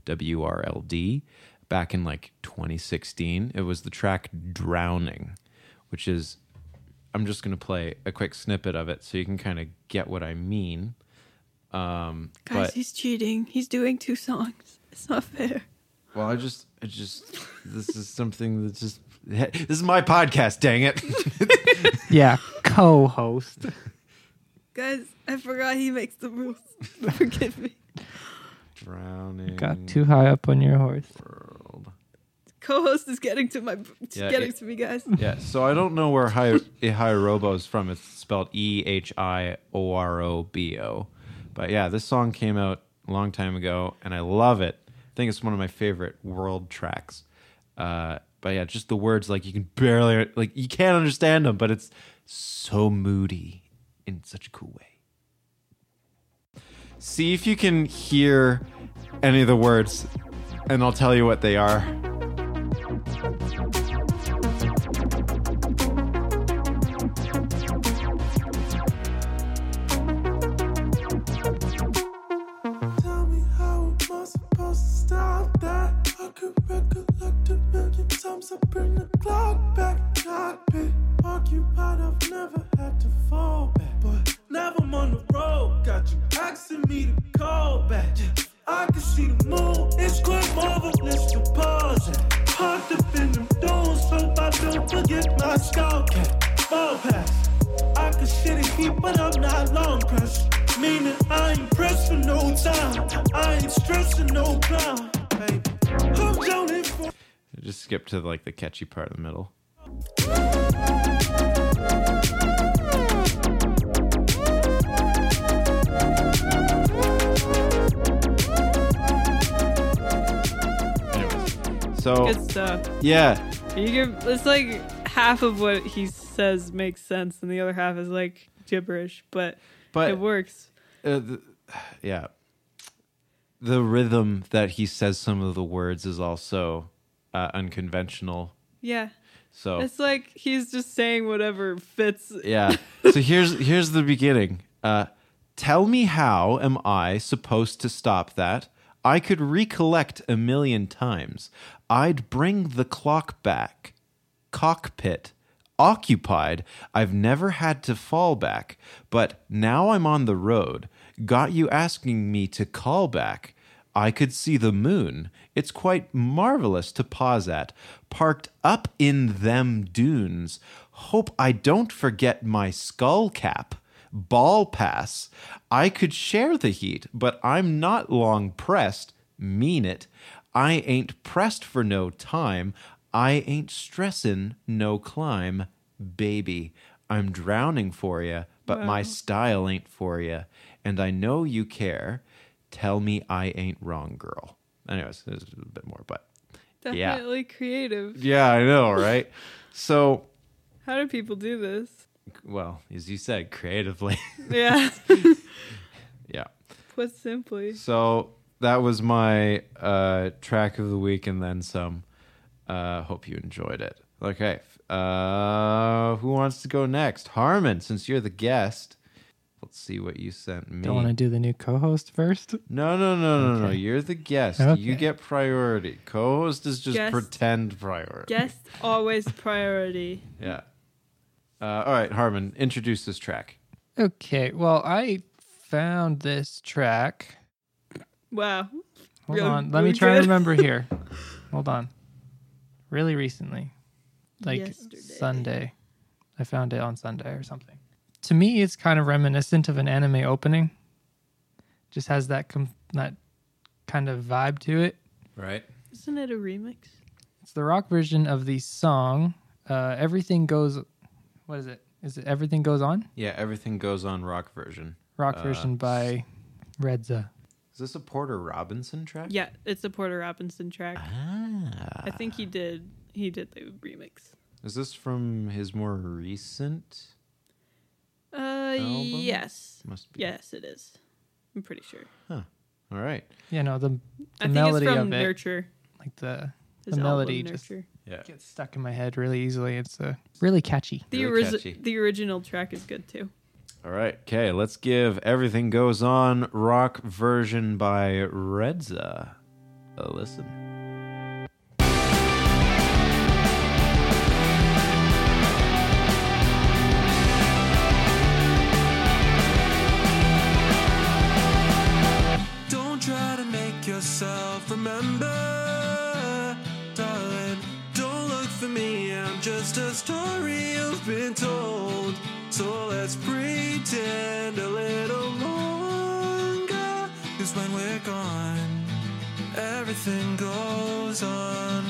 Speaker 2: W R L D, back in like 2016. It was the track Drowning, which is, I'm just going to play a quick snippet of it so you can kind of get what I mean. Um,
Speaker 1: Guys,
Speaker 2: but,
Speaker 1: he's cheating. He's doing two songs. It's not fair.
Speaker 2: well, I just, I just, this is something that's just, this is my podcast, dang it.
Speaker 3: Yeah, co-host.
Speaker 1: Guys, I forgot he makes the rules. Forgive me.
Speaker 2: Drowning.
Speaker 3: Got too high up on your horse.
Speaker 2: World.
Speaker 1: co-host is getting to my
Speaker 2: Yeah,
Speaker 1: getting
Speaker 2: it-
Speaker 1: to me, guys.
Speaker 2: Yeah, so I don't know where Hi- Robo is from. It's spelled E H I O R O B O. But yeah, this song came out a long time ago, and I love it. I think it's one of my favorite world tracks. Uh, but yeah, just the words, like you can barely, like you can't understand them, but it's so moody in such a cool way. See if you can hear any of the words, and I'll tell you what they are.
Speaker 5: Tell me how am I supposed to stop that? I could recollect a million times I bring the clock back. Got been occupied, I've never had to fall back. But now I'm on the road, got you asking me to call back. Yeah, I can see the moon, it's quite marvelous to pause at. Parked up in them dunes, hope I don't forget my skull cap. Ball pass. I could shit and heat, but I'm not long pressed. Meaning I ain't pressed for no time. I ain't stressing no clown, baby. I'm drowning for.
Speaker 2: Just skip to like the catchy part in the middle. Anyways, So
Speaker 1: Good stuff.
Speaker 2: yeah,
Speaker 1: You give it's like half of what he says makes sense, and the other half is like gibberish, but,
Speaker 2: but
Speaker 1: it works.
Speaker 2: uh, th- yeah, the rhythm that he says some of the words is also uh, unconventional.
Speaker 1: Yeah,
Speaker 3: Oh.
Speaker 2: So
Speaker 1: it's like he's just saying whatever fits.
Speaker 2: Yeah. So here's here's the beginning. Uh, Tell me how am I supposed to stop that? I could recollect a million times. I'd bring the clock back. Cockpit. Occupied. I've never had to fall back, but now I'm on the road. Got you asking me to call back. I could see the moon. It's quite marvelous to pause at, parked up in them dunes. Hope I don't forget my skull cap. Ball pass. I could share the heat, but I'm not long pressed. Mean it. I ain't pressed for no time. I ain't stressin' no climb. Baby, I'm drowning for ya, but my style ain't for ya. And I know you care. Tell me I ain't wrong, girl. Anyways, there's a bit more, but Yeah.
Speaker 1: Definitely creative.
Speaker 2: yeah, I know, right? so,
Speaker 1: How do people do this?
Speaker 2: well, as you said, creatively,
Speaker 1: Yeah,
Speaker 2: yeah.
Speaker 1: put simply.
Speaker 2: So that was my uh, track of the week, and then some. Uh, hope you enjoyed it. Okay, uh, who wants to go next? Harmon, since you're the guest, let's see what you sent me.
Speaker 3: Don't want to do the new co-host first.
Speaker 2: No, no, no, no, no. You're the guest. You
Speaker 3: Okay.
Speaker 2: get priority. Co-host is just
Speaker 1: Guest.
Speaker 2: pretend priority.
Speaker 1: Guest always priority.
Speaker 2: Yeah. Uh, all right, Harmon, introduce this track.
Speaker 3: Okay. Well, I found this track.
Speaker 1: Wow.
Speaker 3: Hold
Speaker 1: Really-
Speaker 3: on. Let
Speaker 1: really
Speaker 3: me try to
Speaker 1: good.
Speaker 3: remember here. Hold on. Really recently. Like
Speaker 1: Yesterday.
Speaker 3: Sunday. I found it on Sunday or something. To me, it's kind of reminiscent of an anime opening. Just has that com- that kind of vibe to it.
Speaker 2: Right.
Speaker 1: Isn't it a remix?
Speaker 3: It's the rock version of the song uh, "Everything Goes." What is it? Is it "Everything Goes On"?
Speaker 2: Yeah, everything goes on rock version.
Speaker 3: Rock
Speaker 2: Uh,
Speaker 3: version by Redza.
Speaker 2: Is this a Porter Robinson track?
Speaker 1: Yeah, it's a Porter Robinson track.
Speaker 2: Ah.
Speaker 1: I think he did. He did the remix.
Speaker 2: Is this from his more recent?
Speaker 1: Uh,
Speaker 2: Album?
Speaker 1: yes,
Speaker 2: Must be.
Speaker 1: yes, it is. I'm pretty sure.
Speaker 2: All right.
Speaker 3: You know the,
Speaker 1: I
Speaker 3: the
Speaker 1: think
Speaker 3: melody
Speaker 1: it's from
Speaker 3: of it,
Speaker 1: Nurture.
Speaker 3: like the
Speaker 1: His
Speaker 3: The melody
Speaker 1: album,
Speaker 3: just-
Speaker 1: Nurture.
Speaker 2: Yeah.
Speaker 3: gets stuck in my head really easily. It's uh, really catchy.
Speaker 1: The,
Speaker 2: Really
Speaker 1: oris-
Speaker 2: catchy.
Speaker 1: the original track is good too.
Speaker 2: All right. Okay. Let's give Everything Goes On rock version by Redza a listen.
Speaker 5: Don't try to make yourself remember, darling. Don't look for me, I'm just a story you've been told. So let's pretend a little longer, cause when we're gone, everything goes on.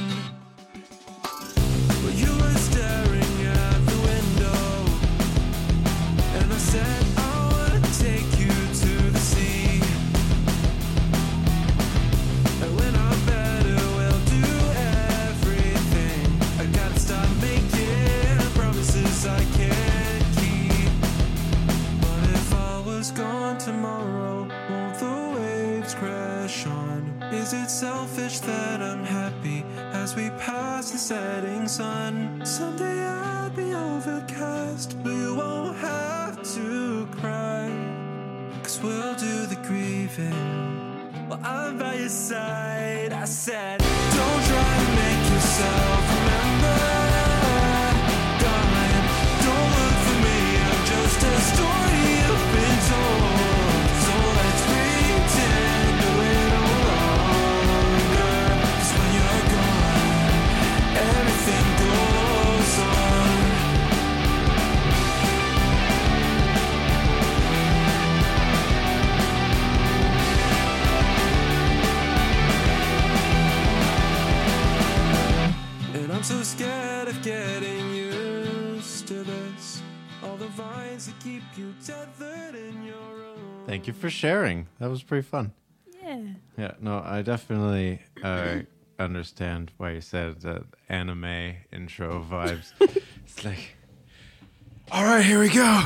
Speaker 4: selfish that I'm happy as we pass the setting sun. Someday I'll be overcast, but you won't have to cry. Cause we'll do the grieving while I'm by your side. I said, Don't try to make yourself remember. Darling, don't look for me, I'm just a story you've been told. So let's pretend a little longer. 'Cause when you're gone, everything goes on. And I'm so scared of getting used to this. All the vines that keep you tethered in your own.
Speaker 2: Thank you for sharing. That was pretty fun.
Speaker 1: Yeah.
Speaker 2: Yeah, no, I definitely uh, understand why you said that anime intro vibes. it's like, all right, here we go.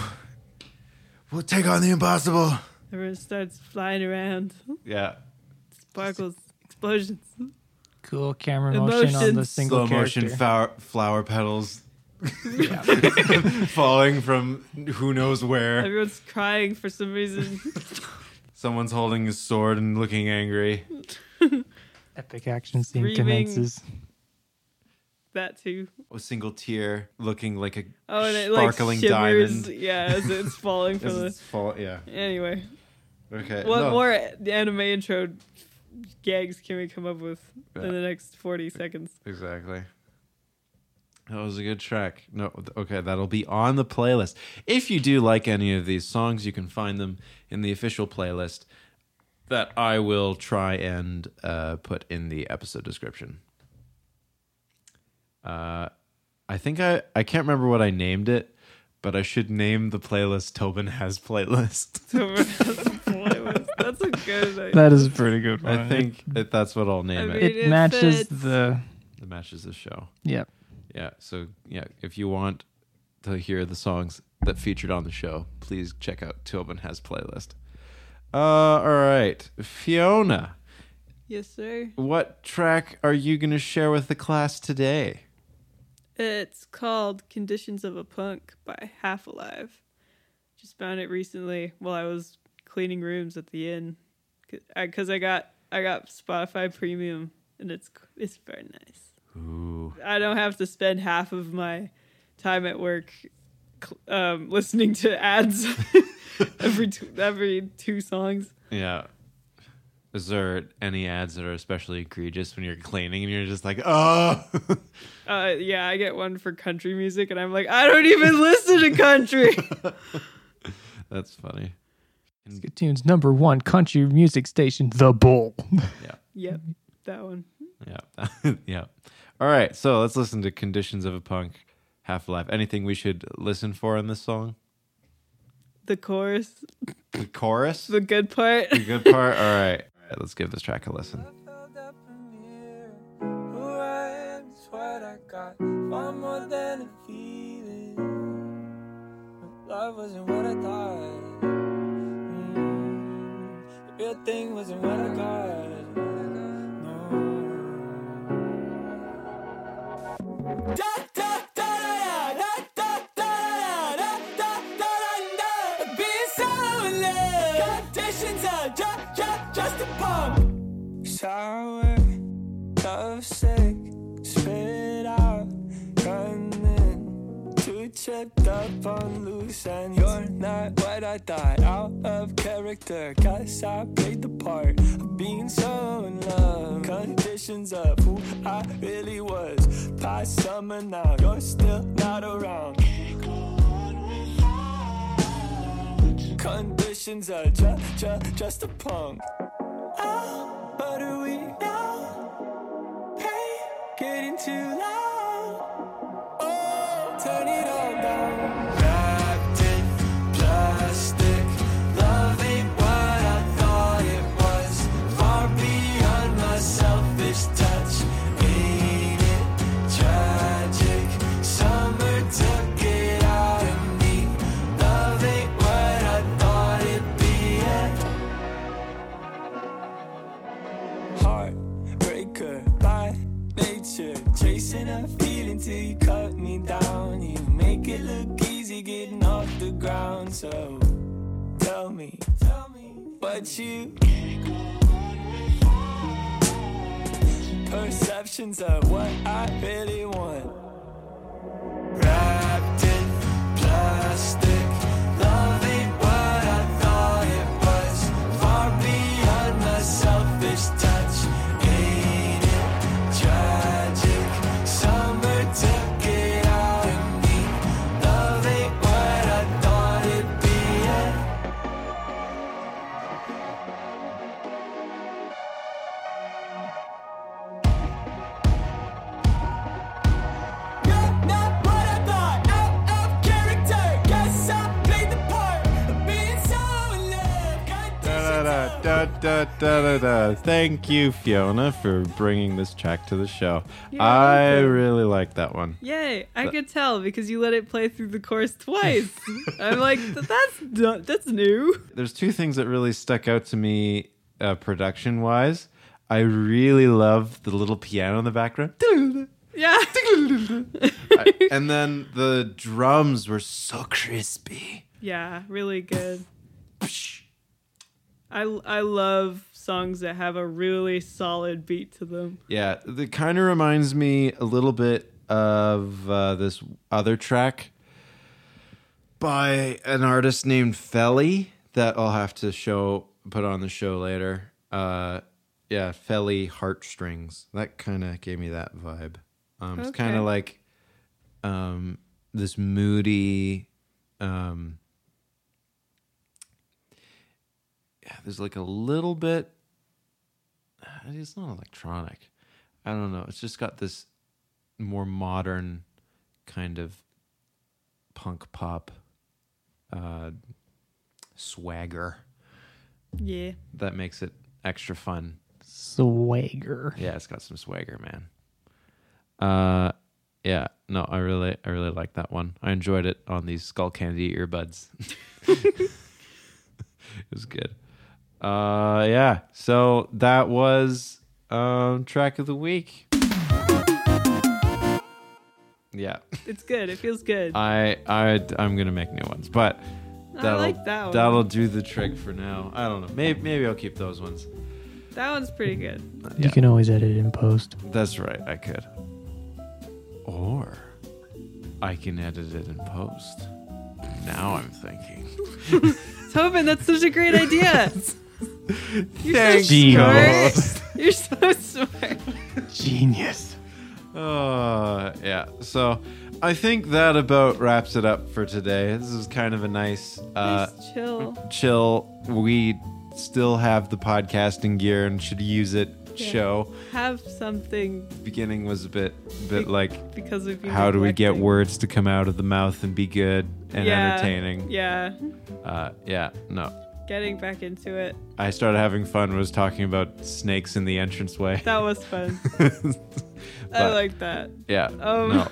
Speaker 2: We'll take on the impossible.
Speaker 1: Everyone starts flying around.
Speaker 2: Yeah,
Speaker 1: Sparkles, explosions.
Speaker 3: Cool camera motion on the
Speaker 1: Emotions.
Speaker 3: single
Speaker 2: slow motion
Speaker 3: character.
Speaker 2: flower, flower petals falling from who knows where.
Speaker 1: Everyone's crying for some reason.
Speaker 2: Someone's holding his sword and looking angry.
Speaker 3: Epic action scene
Speaker 1: Screaming.
Speaker 3: commences.
Speaker 1: that too.
Speaker 2: A single tear looking like a
Speaker 1: Oh, and it like
Speaker 2: sparkling
Speaker 1: shivers.
Speaker 2: diamond.
Speaker 1: Yeah, as it's falling from
Speaker 2: As
Speaker 1: the.
Speaker 2: it's fall- yeah.
Speaker 1: Anyway,
Speaker 2: Okay.
Speaker 1: what
Speaker 2: no.
Speaker 1: more anime intro gags can we come up with
Speaker 2: Yeah.
Speaker 1: in the next forty seconds?
Speaker 2: Exactly. That was a good track. No, th- okay, that'll be on the playlist. If you do like any of these songs, you can find them in the official playlist that I will try and uh, put in the episode description. Uh, I think I I can't remember what I named it, but I should name the playlist Tobin has playlist.
Speaker 1: So that's a good. idea.
Speaker 3: That is a pretty good one.
Speaker 2: I think that that's what I'll name
Speaker 1: I mean-
Speaker 2: it.
Speaker 3: it,
Speaker 1: It
Speaker 3: matches
Speaker 1: fits.
Speaker 3: the.
Speaker 2: It matches the show.
Speaker 3: Yep.
Speaker 2: Yeah. So yeah, if you want to hear the songs that featured on the show, please check out Tobin has playlist. Uh, all right, Fiona,
Speaker 1: yes, sir.
Speaker 2: what track are you gonna share with the class today?
Speaker 1: It's called Conditions of a Punk by Half Alive. Just found it recently while I was cleaning rooms at the inn, because I, got I got Spotify Premium and it's it's very nice.
Speaker 2: Ooh,
Speaker 1: I don't have to spend half of my time at work cl- um, listening to ads every two, every two songs.
Speaker 2: yeah. Is there any ads that are especially egregious when you're cleaning and you're just like, oh,
Speaker 1: Uh, yeah, I get one for country music, and I'm like, I don't even listen to country.
Speaker 2: that's funny.
Speaker 3: Good tunes number one country music station, The Bull.
Speaker 2: Yeah,
Speaker 1: yep, that one.
Speaker 2: yeah, yeah. All right, so let's listen to "Conditions of a Punk," Half Life. Anything we should listen for in this song?
Speaker 1: The chorus,
Speaker 2: The chorus.
Speaker 1: the good part.
Speaker 2: The good part. All right. All right, let's give this track a listen.
Speaker 4: I felt up in here. Who I am is what I got. Far more than a feeling. But love wasn't what I thought. Mm. The real thing wasn't what I got. No. Da da da da da da da da da da da da da. Being so in love. Conditions are just just just a pump sour, love sick, spit out, running. Too chipped up on loose, and you're not what I thought. Out of character, guess I played the part of being so in love. Conditions of who I really was. Past summer now, you're still not around. Conditions are just, just, just a punk. But are we now? Hey, getting too loud. Oh, turn it all down. Wrapped in plastic, love ain't what I thought it was. Far beyond my selfish touch. Ain't it tragic? Summer took it out of me. Love ain't what I thought it'd be. Yeah.
Speaker 6: till you cut me down. You make it look easy getting off the ground. So tell me, tell me what you. Perceptions of what I really want. Wrapped in plastic, love ain't what I thought it was. Far beyond my selfish touch, ain't it tragic? Summer took it out of me. Love ain't what I thought it'd be. And Not, not what I thought. Out of character. Guess I played the part of being so in love.
Speaker 2: Da, da, da, da, da, da. Thank you, Fiona, for bringing this track to the show.
Speaker 1: You're
Speaker 2: I
Speaker 1: welcome.
Speaker 2: really like that one.
Speaker 1: Yay! I could tell because you let it play through the chorus twice. I'm like, that's du- that's new.
Speaker 2: There's two things that really stuck out to me uh, production wise. I really love the little piano in the background.
Speaker 1: Yeah.
Speaker 2: and then the drums were so crispy.
Speaker 1: Yeah, really good. I I love songs that have a really solid beat to them.
Speaker 2: Yeah, it kind of reminds me a little bit of uh, this other track by an artist named Felly that I'll have to show put on the show later. Uh, yeah, Felly Heartstrings. That kind of gave me that vibe. Um, It's kind
Speaker 1: Okay.
Speaker 2: of like um, this moody. Um, yeah, there's like a little bit it's not electronic. I don't know. It's just got this more modern kind of punk pop uh, swagger
Speaker 1: Yeah.
Speaker 2: that makes it extra fun.
Speaker 3: Swagger.
Speaker 2: Yeah, it's got some swagger, man. Uh, yeah, no, I really, I really like that one. I enjoyed it on these skull candy earbuds. it was good. Uh, yeah. So that was um track of the week. Yeah,
Speaker 1: It's good. It feels good.
Speaker 2: I, I, I'm gonna make new ones, but
Speaker 1: I like that one.
Speaker 2: That'll do the trick for now. I don't know. Maybe, maybe I'll keep those ones.
Speaker 1: that one's pretty good.
Speaker 2: Yeah.
Speaker 3: You can always edit in post.
Speaker 2: That's right, I could. Or I can edit it in post. Now I'm thinking.
Speaker 1: Tobin, that's such a great idea. You're
Speaker 2: Thanks,
Speaker 1: so
Speaker 2: Cole.
Speaker 1: smart. You're so smart.
Speaker 3: Genius.
Speaker 2: Uh, yeah. So I think that about wraps it up for today. This is kind of a nice, uh,
Speaker 1: Just chill.
Speaker 2: chill. We still have the podcasting gear and should use it.
Speaker 1: Yeah.
Speaker 2: Show
Speaker 1: Have something
Speaker 2: beginning was a bit, bit like
Speaker 1: because of you.
Speaker 2: how do we get
Speaker 1: neglecting-
Speaker 2: words to come out of the mouth and be good and
Speaker 1: Yeah,
Speaker 2: entertaining?
Speaker 1: Yeah.
Speaker 2: Uh, yeah. No,
Speaker 1: Getting back into it.
Speaker 2: I started having fun was talking about snakes in the entranceway.
Speaker 1: That was fun. I
Speaker 2: But-
Speaker 1: like that.
Speaker 2: yeah.
Speaker 1: Um,
Speaker 2: no.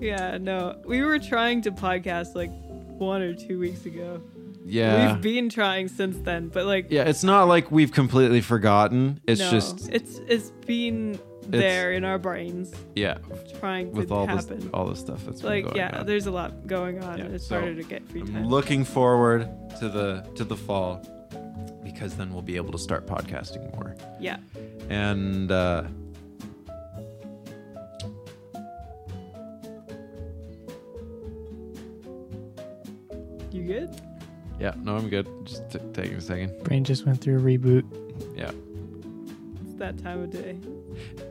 Speaker 1: Yeah, no. We were trying to podcast like one or two weeks ago.
Speaker 2: Yeah.
Speaker 1: We've been trying since then, but like
Speaker 2: yeah, it's not like we've completely forgotten. It's
Speaker 1: no.
Speaker 2: just
Speaker 1: it's it's been there in our brains
Speaker 2: yeah,
Speaker 1: trying
Speaker 2: with
Speaker 1: to
Speaker 2: all
Speaker 1: happen.
Speaker 2: this all the stuff that's been
Speaker 1: like
Speaker 2: going
Speaker 1: yeah,
Speaker 2: on.
Speaker 1: there's a lot going on
Speaker 2: Yeah,
Speaker 1: and it's
Speaker 2: so
Speaker 1: harder to get free
Speaker 2: I'm
Speaker 1: time.
Speaker 2: looking forward to the to the fall because then we'll be able to start podcasting more.
Speaker 1: yeah.
Speaker 2: And uh
Speaker 1: You good?
Speaker 2: yeah, no, I'm good. Just t- taking a second.
Speaker 3: Brain just went through a reboot.
Speaker 2: Yeah.
Speaker 1: It's that time of day.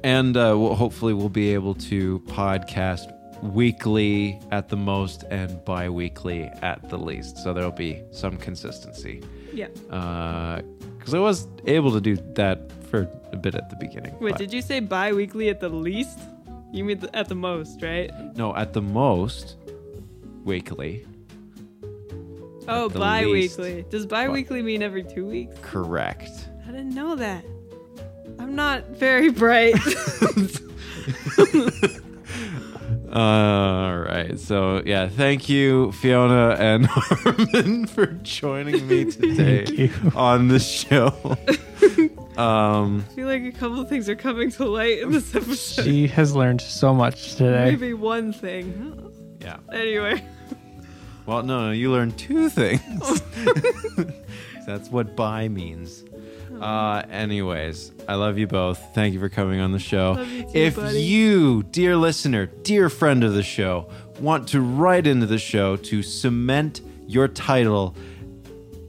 Speaker 2: and uh, we'll, hopefully we'll be able to podcast weekly at the most and bi-weekly at the least so there'll be some consistency
Speaker 1: Yeah.
Speaker 2: because i was able to do that for a bit at the beginning
Speaker 1: Wait,
Speaker 2: but-
Speaker 1: did you say bi-weekly at the least? You mean the, at the most, right?
Speaker 2: no at the most weekly
Speaker 1: Oh,
Speaker 2: the
Speaker 1: bi-weekly. Does bi-weekly mean every 2 weeks?
Speaker 2: correct
Speaker 1: I didn't know that. I'm not very bright.
Speaker 2: all right Uh, so yeah thank you fiona and harmon for joining me today
Speaker 3: Thank you.
Speaker 2: on the show Um,
Speaker 1: I feel like a couple of things are coming to light in this episode.
Speaker 3: She has learned so much today.
Speaker 1: Maybe one thing.
Speaker 2: yeah.
Speaker 1: Anyway,
Speaker 2: Well, no, no, you learn two things. That's what buy means.
Speaker 1: Oh.
Speaker 2: Uh, anyways, I love you both. Thank you for coming on the show.
Speaker 1: Love you too,
Speaker 2: if
Speaker 1: buddy.
Speaker 2: you, dear listener, dear friend of the show, want to write into the show to cement your title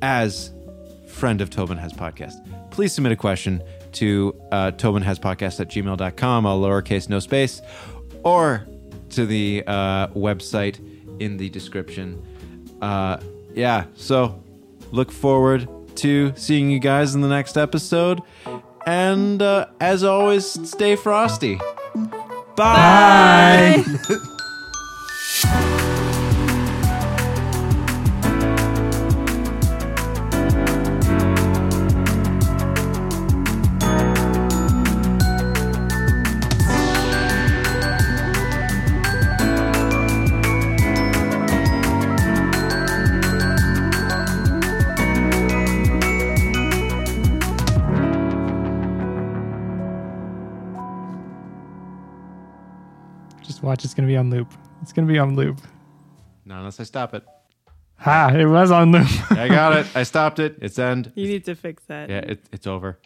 Speaker 2: as friend of Tobin Has Podcast, please submit a question to uh, tobinhaspodcast at gmail.com, all lowercase, no space, or to the uh, website in the description. Uh, yeah, so look forward to seeing you guys in the next episode. And uh, as always, stay frosty. Bye.
Speaker 3: Just watch, it's gonna be on loop. It's gonna be on loop.
Speaker 2: Not unless I stop it.
Speaker 3: Ha! It was on loop.
Speaker 2: I got it. I stopped it. It's end.
Speaker 1: you need to fix that.
Speaker 2: Yeah, it, it's over.